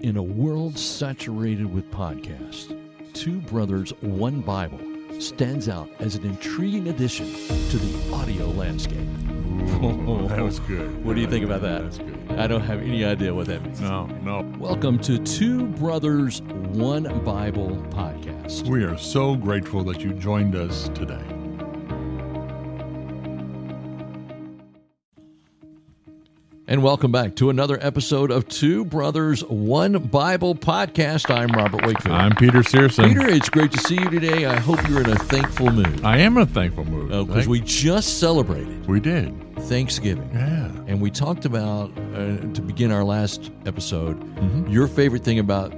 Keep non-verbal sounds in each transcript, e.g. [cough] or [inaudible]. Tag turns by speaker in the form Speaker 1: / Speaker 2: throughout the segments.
Speaker 1: In a world saturated with podcasts, Two Brothers, One Bible stands out as an intriguing addition to the audio landscape.
Speaker 2: Ooh, that was good.
Speaker 1: What do you think about that?
Speaker 2: That's good.
Speaker 1: I don't have any idea what that means.
Speaker 2: No, no.
Speaker 1: Welcome to Two Brothers, One Bible podcast.
Speaker 2: We are so grateful that you joined us today.
Speaker 1: And welcome back to another episode of Two Brothers, One Bible podcast. I'm Robert Wakefield.
Speaker 2: I'm Peter Searson.
Speaker 1: Peter, it's great to see you today. I hope you're in a thankful mood
Speaker 2: I am in a thankful mood.
Speaker 1: because
Speaker 2: Thank-
Speaker 1: Oh, we just celebrated
Speaker 2: we did.
Speaker 1: Thanksgiving.
Speaker 2: Yeah.
Speaker 1: And we talked about, uh, to begin our last episode,
Speaker 2: Mm-hmm.
Speaker 1: your favorite thing about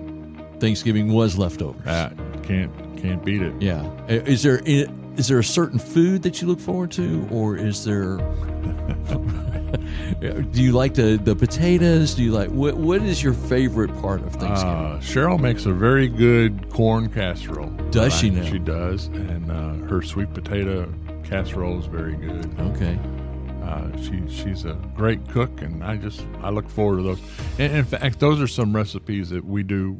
Speaker 1: Thanksgiving was leftovers.
Speaker 2: Ah, can't can't beat it.
Speaker 1: Yeah. Uh, Is there is there a certain food that you look forward to, or is
Speaker 2: [laughs]
Speaker 1: there? [laughs] do you like the the potatoes? Do you like what? What is your favorite part of Thanksgiving?
Speaker 2: Uh, Cheryl makes a very good corn casserole. Uh,
Speaker 1: Does she now?
Speaker 2: She does, and uh, her sweet potato casserole is very good.
Speaker 1: okay.
Speaker 2: Uh, she she's a great cook, and I just I look forward to those. And in fact, those are some recipes that we do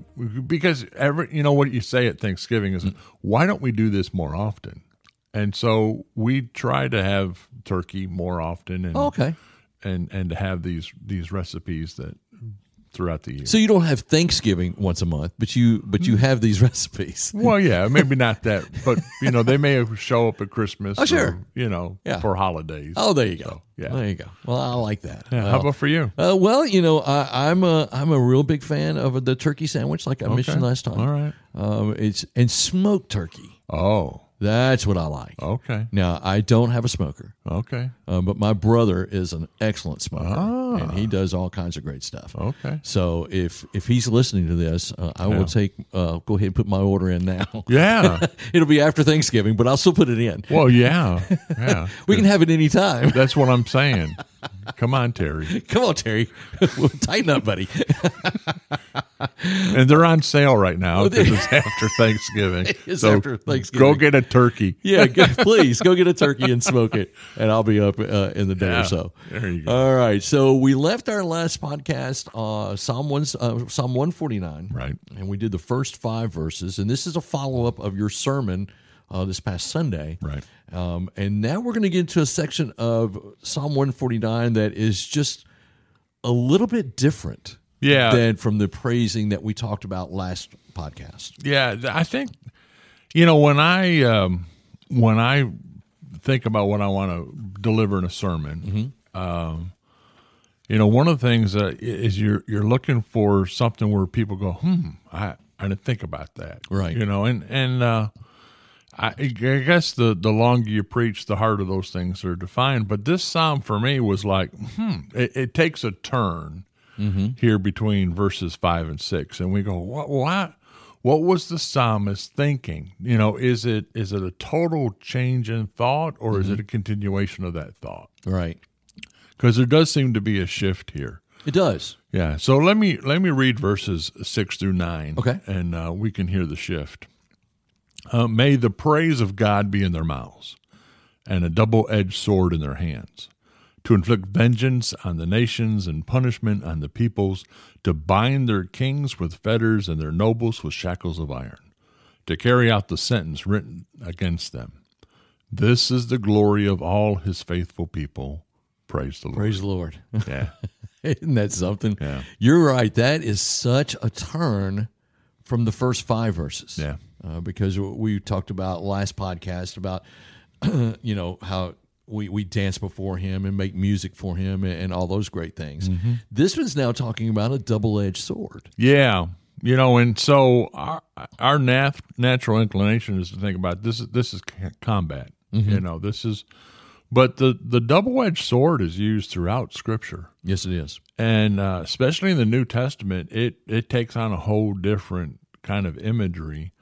Speaker 2: because every you know what you say at Thanksgiving is why don't we do this more often? And so we try to have turkey more often, and
Speaker 1: Okay.
Speaker 2: and and to have these these recipes that throughout the year.
Speaker 1: So you don't have Thanksgiving once a month, but you but you have these [laughs] recipes.
Speaker 2: well, Mm. yeah, maybe not that, but you know they may show up at Christmas.
Speaker 1: Oh, sure.
Speaker 2: or, you know,
Speaker 1: Yeah.
Speaker 2: for holidays.
Speaker 1: Oh, there you go.
Speaker 2: yeah.
Speaker 1: There you go. Well, I like that.
Speaker 2: Yeah, how about for you?
Speaker 1: Uh, well, you know, I, I'm a I'm a real big fan of the turkey sandwich, like I mentioned last time.
Speaker 2: All right.
Speaker 1: Um, it's and smoked turkey.
Speaker 2: Oh,
Speaker 1: That's what I like.
Speaker 2: okay,
Speaker 1: Now I don't have a smoker.
Speaker 2: okay.
Speaker 1: Uh, but my brother is an excellent smoker,
Speaker 2: Ah.
Speaker 1: and he does all kinds of great stuff.
Speaker 2: Okay.
Speaker 1: So if if he's listening to this, uh, I will take uh, go ahead and put my order in now.
Speaker 2: Yeah.
Speaker 1: [laughs] It'll be after Thanksgiving, but I'll still put it in.
Speaker 2: Well,
Speaker 1: [laughs]
Speaker 2: yeah. Yeah.
Speaker 1: We can have it any time.
Speaker 2: That's what I'm saying. Come on, Terry.
Speaker 1: [laughs] Come on, Terry, [laughs] Well, tighten up, buddy.
Speaker 2: And they're on sale right now
Speaker 1: they-
Speaker 2: because it's after Thanksgiving.
Speaker 1: [laughs] It's
Speaker 2: So
Speaker 1: after Thanksgiving.
Speaker 2: Go get a turkey.
Speaker 1: Yeah, [laughs] go, please go get a turkey and smoke it, and I'll be up uh, in the day
Speaker 2: Yeah.
Speaker 1: or so.
Speaker 2: There you go.
Speaker 1: All right, so we left our last podcast, uh, Psalm one, uh, Psalm one forty nine,
Speaker 2: Right.
Speaker 1: and we did the first five verses, and this is a follow up of your sermon uh, this past Sunday,
Speaker 2: Right.
Speaker 1: Um, and now we're going to get into a section of Psalm one forty nine that is just a little bit different,
Speaker 2: Yeah.
Speaker 1: than from the praising that we talked about last podcast.
Speaker 2: Yeah, th- I think you know when I um, when I think about what I want to deliver in a sermon. Um, you know, one of the things uh, i- is you're you're looking for something where people go, hmm, I I didn't think about that,
Speaker 1: Right.
Speaker 2: You know, and and uh, I, I guess the the longer you preach, the harder those things are defined. But this psalm for me was like, hmm, it, it takes a turn here between verses five and six, and we go, what, what, what was the psalmist thinking? You know, is it is it a total change in thought, or is it a continuation of that thought?
Speaker 1: Right,
Speaker 2: Because there does seem to be a shift here.
Speaker 1: it does.
Speaker 2: Yeah. So let me let me read verses six through nine.
Speaker 1: Okay.
Speaker 2: and uh, we can hear the shift. Uh, May the praise of God be in their mouths, and a double-edged sword in their hands, to inflict vengeance on the nations and punishment on the peoples, to bind their kings with fetters and their nobles with shackles of iron, to carry out the sentence written against them. This is the glory of all His faithful people. Praise the Lord.
Speaker 1: Praise the Lord. [laughs]
Speaker 2: Yeah.
Speaker 1: Isn't that something?
Speaker 2: Yeah.
Speaker 1: You're right. That is such a turn from the first five verses.
Speaker 2: Yeah.
Speaker 1: Uh, because we talked about last podcast about, [clears throat] you know, how we, we dance before him and make music for him and, and all those great things. This one's now talking about a double edged sword.
Speaker 2: Yeah, you know, and so our our nat- natural inclination is to think about this. Is, this is c- combat. You know, this is, but the the double edged sword is used throughout Scripture,
Speaker 1: Yes, it is.
Speaker 2: and uh, especially in the New Testament, it it takes on a whole different kind of imagery.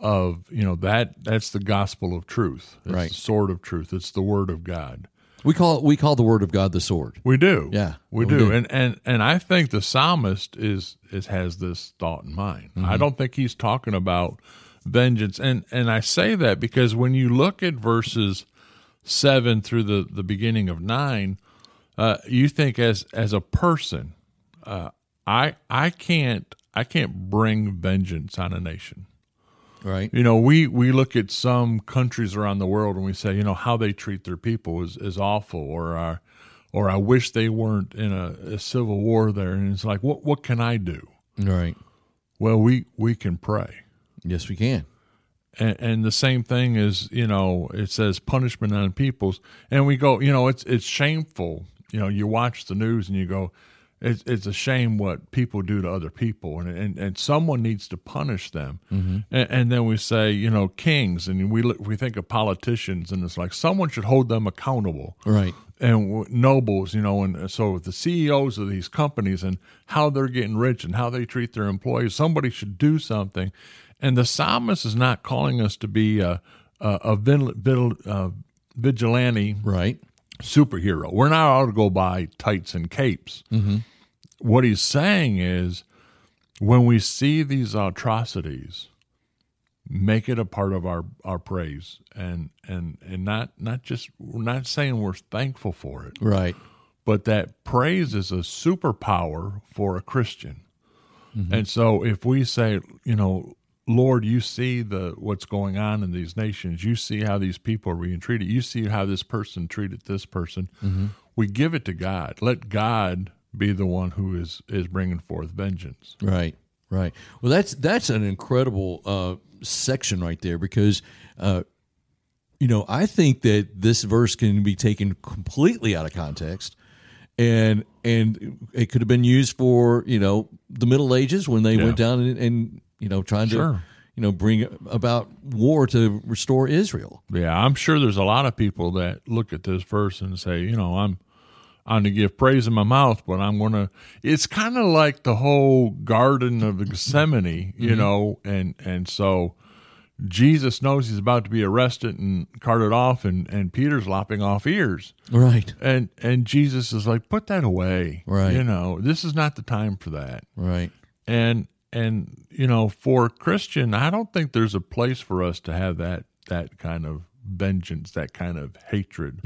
Speaker 2: Of you know that that's the gospel of truth, It's
Speaker 1: Right.
Speaker 2: The sword of truth. It's the word of God.
Speaker 1: We call we call the word of God the sword.
Speaker 2: We do,
Speaker 1: Yeah,
Speaker 2: we,
Speaker 1: we
Speaker 2: do.
Speaker 1: do.
Speaker 2: and and and I think the psalmist is is has this thought in mind. I don't think he's talking about vengeance, and and I say that because when you look at verses seven through the the beginning of nine, uh, you think as as a person, uh, I I can't I can't bring vengeance on a nation.
Speaker 1: right?
Speaker 2: You know, we, we look at some countries around the world and we say, you know, how they treat their people is, is awful, or our, or I wish they weren't in a, a civil war there. And it's like, what what can I do?
Speaker 1: Right.
Speaker 2: Well, we we can pray,
Speaker 1: Yes, we can.
Speaker 2: and, and the same thing is, you know, it says punishment on peoples, and we go, you know, it's it's shameful. You know, you watch the news and you go, it's it's a shame what people do to other people, and and, and someone needs to punish them, and, and then we say, you know, kings, and we look- we think of politicians, and it's like someone should hold them accountable,
Speaker 1: Right.
Speaker 2: and w- nobles, you know, and so the CEOs of these companies and how they're getting rich and how they treat their employees, somebody should do something. And the psalmist is not calling us to be a, a, a vigil- vigil- uh, vigilante
Speaker 1: Right.
Speaker 2: superhero. We're not out to go buy tights and capes. What he's saying is when we see these atrocities, make it a part of our, our praise and, and, and not, not just, we're not saying we're thankful for it,
Speaker 1: Right.
Speaker 2: but that praise is a superpower for a Christian. And so if we say, you know, Lord, you see the what's going on in these nations. You see how these people are being treated. You see how this person treated this person. We give it to God. Let God be the one who is is bringing forth vengeance.
Speaker 1: Right, right. Well, that's that's an incredible uh, section right there because, uh, you know, I think that this verse can be taken completely out of context, and and it could have been used for you know the Middle Ages when they
Speaker 2: Yeah.
Speaker 1: went down and, and you know trying to
Speaker 2: Sure.
Speaker 1: you know bring about war to restore Israel.
Speaker 2: Yeah, I'm sure there's a lot of people that look at this verse and say, you know, I'm I'm to give praise in my mouth, but I'm gonna it's kinda like the whole Garden of Gethsemane, you know, and and so Jesus knows he's about to be arrested and carted off and, and Peter's lopping off ears.
Speaker 1: Right,
Speaker 2: And and Jesus is like, Put that away.
Speaker 1: Right.
Speaker 2: You know, this is not the time for that
Speaker 1: right,
Speaker 2: and and you know for a christian i don't think there's a place for us to have that that kind of vengeance that kind of hatred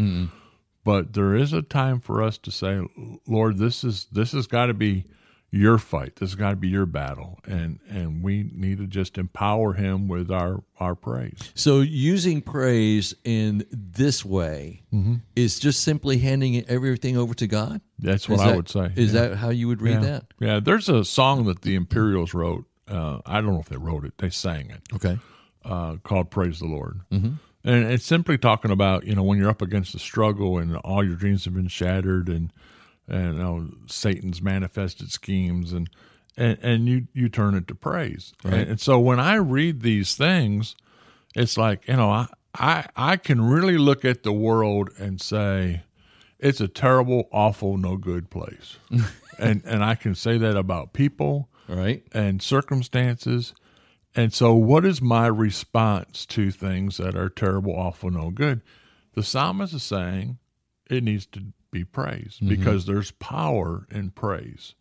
Speaker 2: but there is a time for us to say lord this is this has got to be your fight this has got to be your battle and and we need to just empower him with our our praise
Speaker 1: So using praise in this way
Speaker 2: Mm-hmm.
Speaker 1: is just simply handing everything over to God.
Speaker 2: that's what
Speaker 1: Is
Speaker 2: i
Speaker 1: that-
Speaker 2: would say
Speaker 1: Is that how you would read that?
Speaker 2: yeah there's a song that the imperials wrote uh, i don't know if they wrote it they sang it
Speaker 1: Okay.
Speaker 2: uh, called Praise the Lord. And it's simply talking about, you know, when you're up against the struggle and all your dreams have been shattered and, and you know, Satan's manifested schemes and, and, and you, you turn it to praise. And, and so when I read these things, it's like, you know, I, I, I can really look at the world and say, it's a terrible, awful, no good place. and, and I can say that about people
Speaker 1: All right.
Speaker 2: and circumstances. And so, what is my response to things that are terrible, awful, no good? The psalmist is saying it needs to be praised because there's power in praise.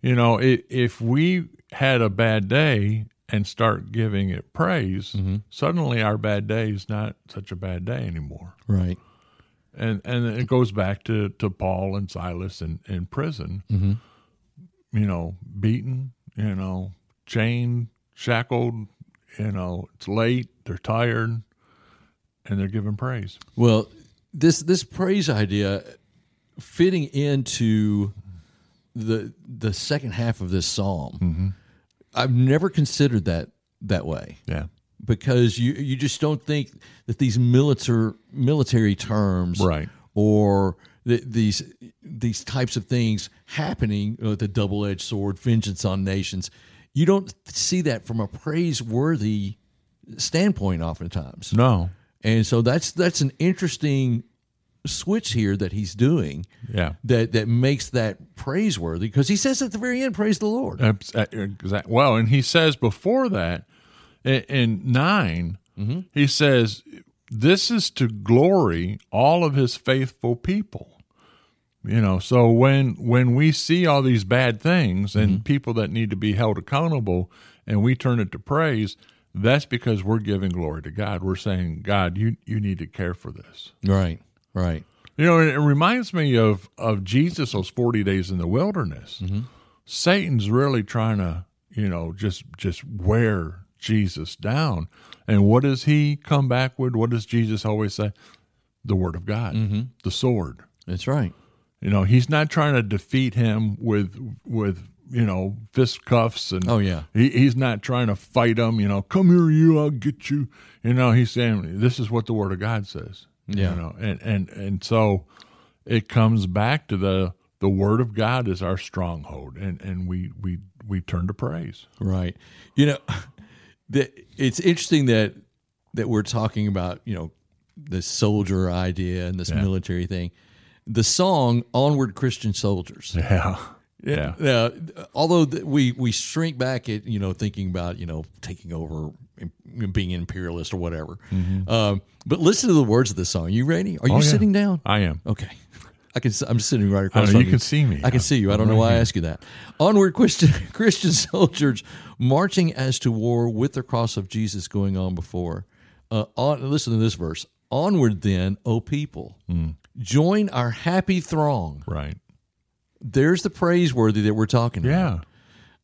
Speaker 2: You know, i if we had a bad day and start giving it praise, suddenly our bad day is not such a bad day anymore
Speaker 1: Right.
Speaker 2: and and it goes back to, to Paul and Silas in, in prison, you know, beaten, you know, chained, shackled, you know, it's late, they're tired, and they're giving praise.
Speaker 1: Well, this this praise idea fitting into the the second half of this psalm.
Speaker 2: Mm-hmm.
Speaker 1: I've never considered that that way
Speaker 2: Yeah,
Speaker 1: because you you just don't think that these military military terms
Speaker 2: Right.
Speaker 1: or th- these these types of things happening uh, the double edged sword vengeance on nations you don't see that from a praiseworthy standpoint oftentimes
Speaker 2: no,
Speaker 1: and so that's that's an interesting switch here that he's doing
Speaker 2: yeah,
Speaker 1: that that makes that praiseworthy because he says at the very end, "Praise the Lord."
Speaker 2: exactly. uh, Well, and he says before that in, in 9 he says, "This is to glory all of his faithful people." You know, so when when we see all these bad things and people that need to be held accountable, and we turn it to praise, that's because we're giving glory to God. We're saying, God, you you need to care for this.
Speaker 1: Right, right,
Speaker 2: You know, it reminds me of of Jesus those forty days in the wilderness. Satan's really trying to you know, just just wear Jesus down. And what does he come back with? What does Jesus always say? The word of God, the sword.
Speaker 1: That's right.
Speaker 2: You know, he's not trying to defeat him with with you know fist cuffs and
Speaker 1: Oh, yeah.
Speaker 2: He, he's not trying to fight him. You know, come here, you. I'll get you. You know, he's saying this is what the Word of God says.
Speaker 1: Yeah.
Speaker 2: You know, and and and so it comes back to the the Word of God is our stronghold, and and we we we turn to praise.
Speaker 1: Right. You know, [laughs] the, it's interesting that that we're talking about you know this soldier idea and this military thing. The song "Onward, Christian Soldiers."
Speaker 2: Yeah. Yeah.
Speaker 1: Now, although th- we we shrink back at you know thinking about you know taking over, im- being imperialist or whatever, um, but listen to the words of this song. You ready? Are you
Speaker 2: Mm-hmm. Oh, yeah.
Speaker 1: sitting down?
Speaker 2: I am.
Speaker 1: Okay. [laughs] I can. I'm sitting right across.
Speaker 2: know,
Speaker 1: from
Speaker 2: you can see me.
Speaker 1: I can see you. I don't know why I ask you that. Onward, Christian [laughs] Christian soldiers marching as to war with the cross of Jesus going on before. Uh, on, listen to this verse. Onward, then, O people, join our happy throng.
Speaker 2: Right.
Speaker 1: There's the praiseworthy that we're talking about.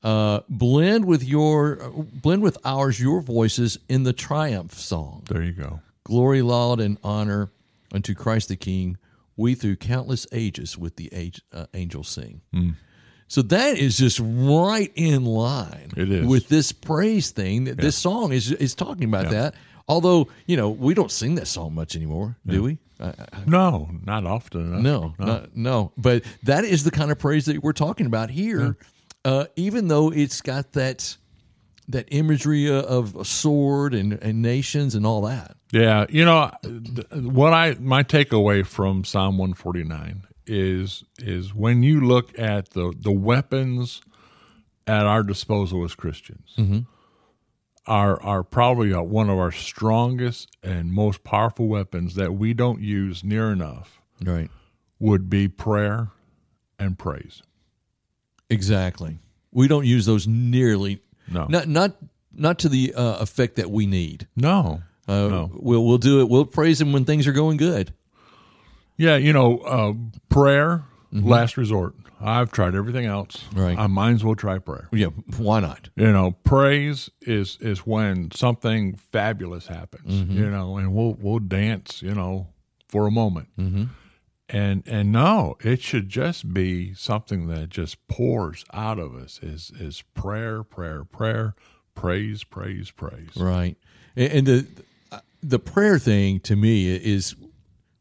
Speaker 2: Yeah.
Speaker 1: Uh, blend with your uh, blend with ours your voices in the triumph song
Speaker 2: There you go.
Speaker 1: glory, laud, and honor unto Christ the King. We through countless ages with the age, uh, angels sing. So that is just right in line
Speaker 2: It is.
Speaker 1: with this praise thing. That This song is is talking about that. Although you know we don't sing that song much anymore, do we? Uh,
Speaker 2: No, not often enough.
Speaker 1: no, not, no. But that is the kind of praise that we're talking about here. Uh, even though it's got that that imagery uh, of a sword and, and nations and all that.
Speaker 2: Yeah, you know th- what I my takeaway from Psalm 149 is is when you look at the the weapons at our disposal as Christians are are probably uh, one of our strongest and most powerful weapons that we don't use near enough
Speaker 1: Right.
Speaker 2: would be prayer and praise.
Speaker 1: Exactly. We don't use those nearly.
Speaker 2: No.
Speaker 1: Not not not to the uh, effect that we need.
Speaker 2: No.
Speaker 1: Uh, We'll we'll do it. We'll praise him when things are going good.
Speaker 2: Yeah, you know, uh, prayer last resort. I've tried everything else.
Speaker 1: Right.
Speaker 2: I might as well try prayer.
Speaker 1: Yeah. Why not?
Speaker 2: you know praise is is when something fabulous happens you know and we'll we'll dance you know for a moment and and no it should just be something that just pours out of us is is prayer prayer prayer praise praise praise
Speaker 1: Right. And, and the the prayer thing to me is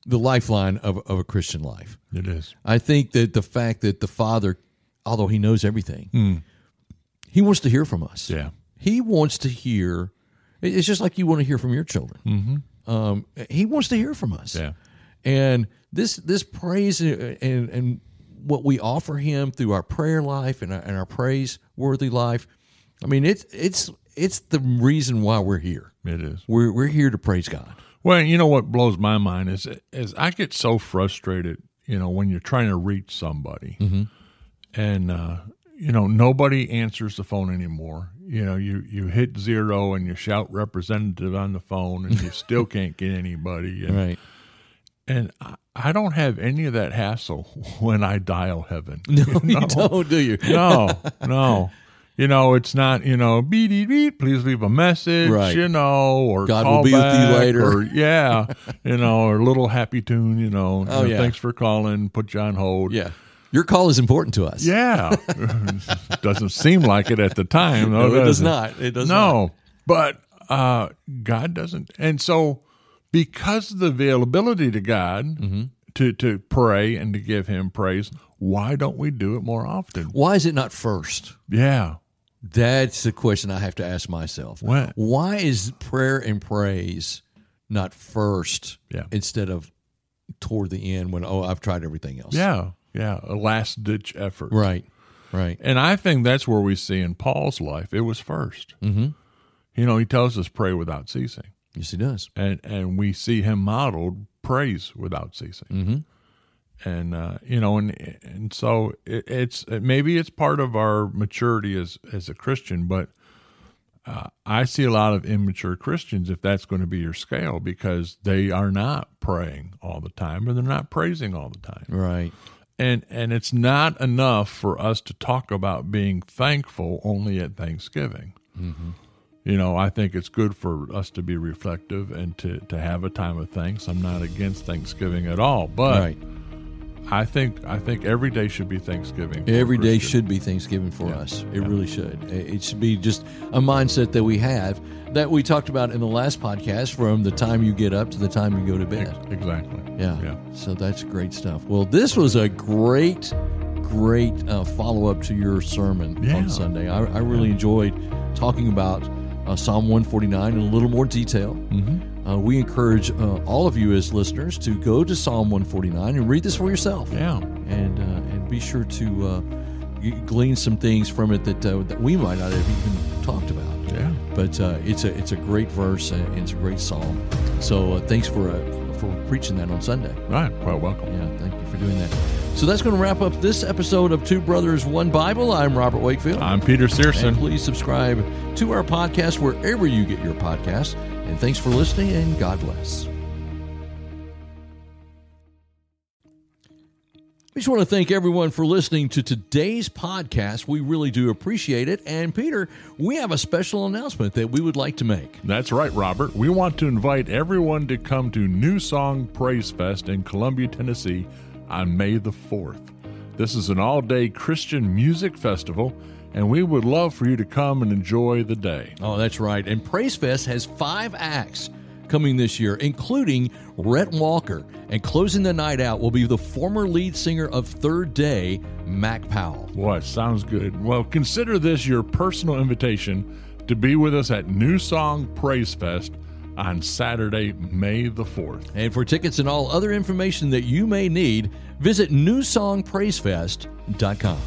Speaker 1: the lifeline of of a Christian life.
Speaker 2: it is
Speaker 1: I think that the fact that the Father, although He knows everything, He wants to hear from us.
Speaker 2: yeah
Speaker 1: He wants to hear. it- It's just like you want to hear from your children. Mm-hmm. Um, he wants to hear from us.
Speaker 2: Yeah.
Speaker 1: And this this praise and and, and what we offer Him through our prayer life and our, and our praiseworthy life. I mean, it's it's it's the reason why we're here.
Speaker 2: it is
Speaker 1: We're we're here to praise God.
Speaker 2: Well, you know what blows my mind is is I get so frustrated, you know, when you're trying to reach somebody,
Speaker 1: Mm-hmm.
Speaker 2: and uh, you know nobody answers the phone anymore. You know, you you hit zero and you shout representative on the phone,
Speaker 1: [laughs]
Speaker 2: and you still can't get anybody. And,
Speaker 1: Right.
Speaker 2: and I, I don't have any of that hassle [laughs] when I dial heaven.
Speaker 1: [laughs] No, [laughs] you don't, do you?
Speaker 2: no, no. You know, it's not, you know, beep, beep, beep, please leave a message,
Speaker 1: Right.
Speaker 2: you know, or
Speaker 1: God
Speaker 2: call
Speaker 1: will be with you
Speaker 2: back,
Speaker 1: later.
Speaker 2: Or, [laughs] yeah, you know, or little happy tune, you know,
Speaker 1: Oh,
Speaker 2: you know,
Speaker 1: yeah.
Speaker 2: thanks for calling, put you on hold.
Speaker 1: Yeah. Your call is important to us.
Speaker 2: Yeah. [laughs] doesn't seem like it at the time. though,
Speaker 1: No, it does
Speaker 2: it?
Speaker 1: not. It does not.
Speaker 2: No, but uh, God doesn't. And so, because of the availability to God
Speaker 1: Mm-hmm.
Speaker 2: to, to pray and to give Him praise, why don't we do it more often?
Speaker 1: Why is it not first?
Speaker 2: Yeah.
Speaker 1: That's the question I have to ask myself.
Speaker 2: What?
Speaker 1: Why is prayer and praise not first
Speaker 2: Yeah.
Speaker 1: instead of toward the end when, oh, I've tried everything else?
Speaker 2: Yeah, yeah, a last ditch effort.
Speaker 1: Right, right.
Speaker 2: And I think that's where we see in Paul's life it was 1st Mm-hmm. You know, he tells us pray without ceasing,
Speaker 1: Yes, he does.
Speaker 2: and and we see him modeled praise without ceasing. And uh, you know, and and so it, it's it, maybe it's part of our maturity as as a Christian, but. Uh, I see a lot of immature Christians, if that's going to be your scale, because they are not praying all the time or they're not praising all the time
Speaker 1: Right.
Speaker 2: And and it's not enough for us to talk about being thankful only at Thanksgiving.
Speaker 1: Mm-hmm.
Speaker 2: You know, I think it's good for us to be reflective and to, to have a time of thanks. I'm not against Thanksgiving at all, but
Speaker 1: right.
Speaker 2: I think I think every day should be Thanksgiving. for a
Speaker 1: Every day
Speaker 2: Christian.
Speaker 1: should be Thanksgiving for us. It really should. It it should be just a mindset that we have that we talked about in the last podcast from the time you get up to the time you go to bed.
Speaker 2: exactly.
Speaker 1: Yeah.
Speaker 2: yeah.
Speaker 1: So that's great stuff. Well, this was a great, great uh, follow up to your sermon
Speaker 2: Yeah.
Speaker 1: on Sunday. I, I really enjoyed talking about uh, Psalm 149 in a little more detail. Mm-hmm. Uh, we encourage uh, all of you as listeners to go to Psalm 149 and read this for yourself.
Speaker 2: Yeah.
Speaker 1: And, uh, and be sure to uh, g- glean some things from it that, uh, that we might not have even talked about.
Speaker 2: Yeah.
Speaker 1: But uh, it's a it's a great verse and it's a great psalm. So uh, thanks for uh, for preaching that on Sunday.
Speaker 2: Right. Well, welcome.
Speaker 1: Yeah, thank you for doing that. So that's going to wrap up this episode of Two Brothers One Bible. I'm Robert Wakefield.
Speaker 2: I'm Peter
Speaker 1: and
Speaker 2: Searson.
Speaker 1: please subscribe to our podcast wherever you get your podcasts. And thanks for listening and God bless. We just want to thank everyone for listening to today's podcast. We really do appreciate it. And Peter, we have a special announcement that we would like to make.
Speaker 2: That's right, Robert. We want to invite everyone to come to New Song Praise Fest in Columbia, Tennessee on May the 4th. This is an all day Christian music festival, and we would love for you to come and enjoy the day.
Speaker 1: Oh, that's right. And Praise Fest has five acts coming this year, including Rhett Walker. And closing the night out will be the former lead singer of Third Day, Mac Powell.
Speaker 2: Boy, sounds good. Well, consider this your personal invitation to be with us at New Song Praise Fest on Saturday, May the 4th.
Speaker 1: And for tickets and all other information that you may need, visit newsongpraisefest.com.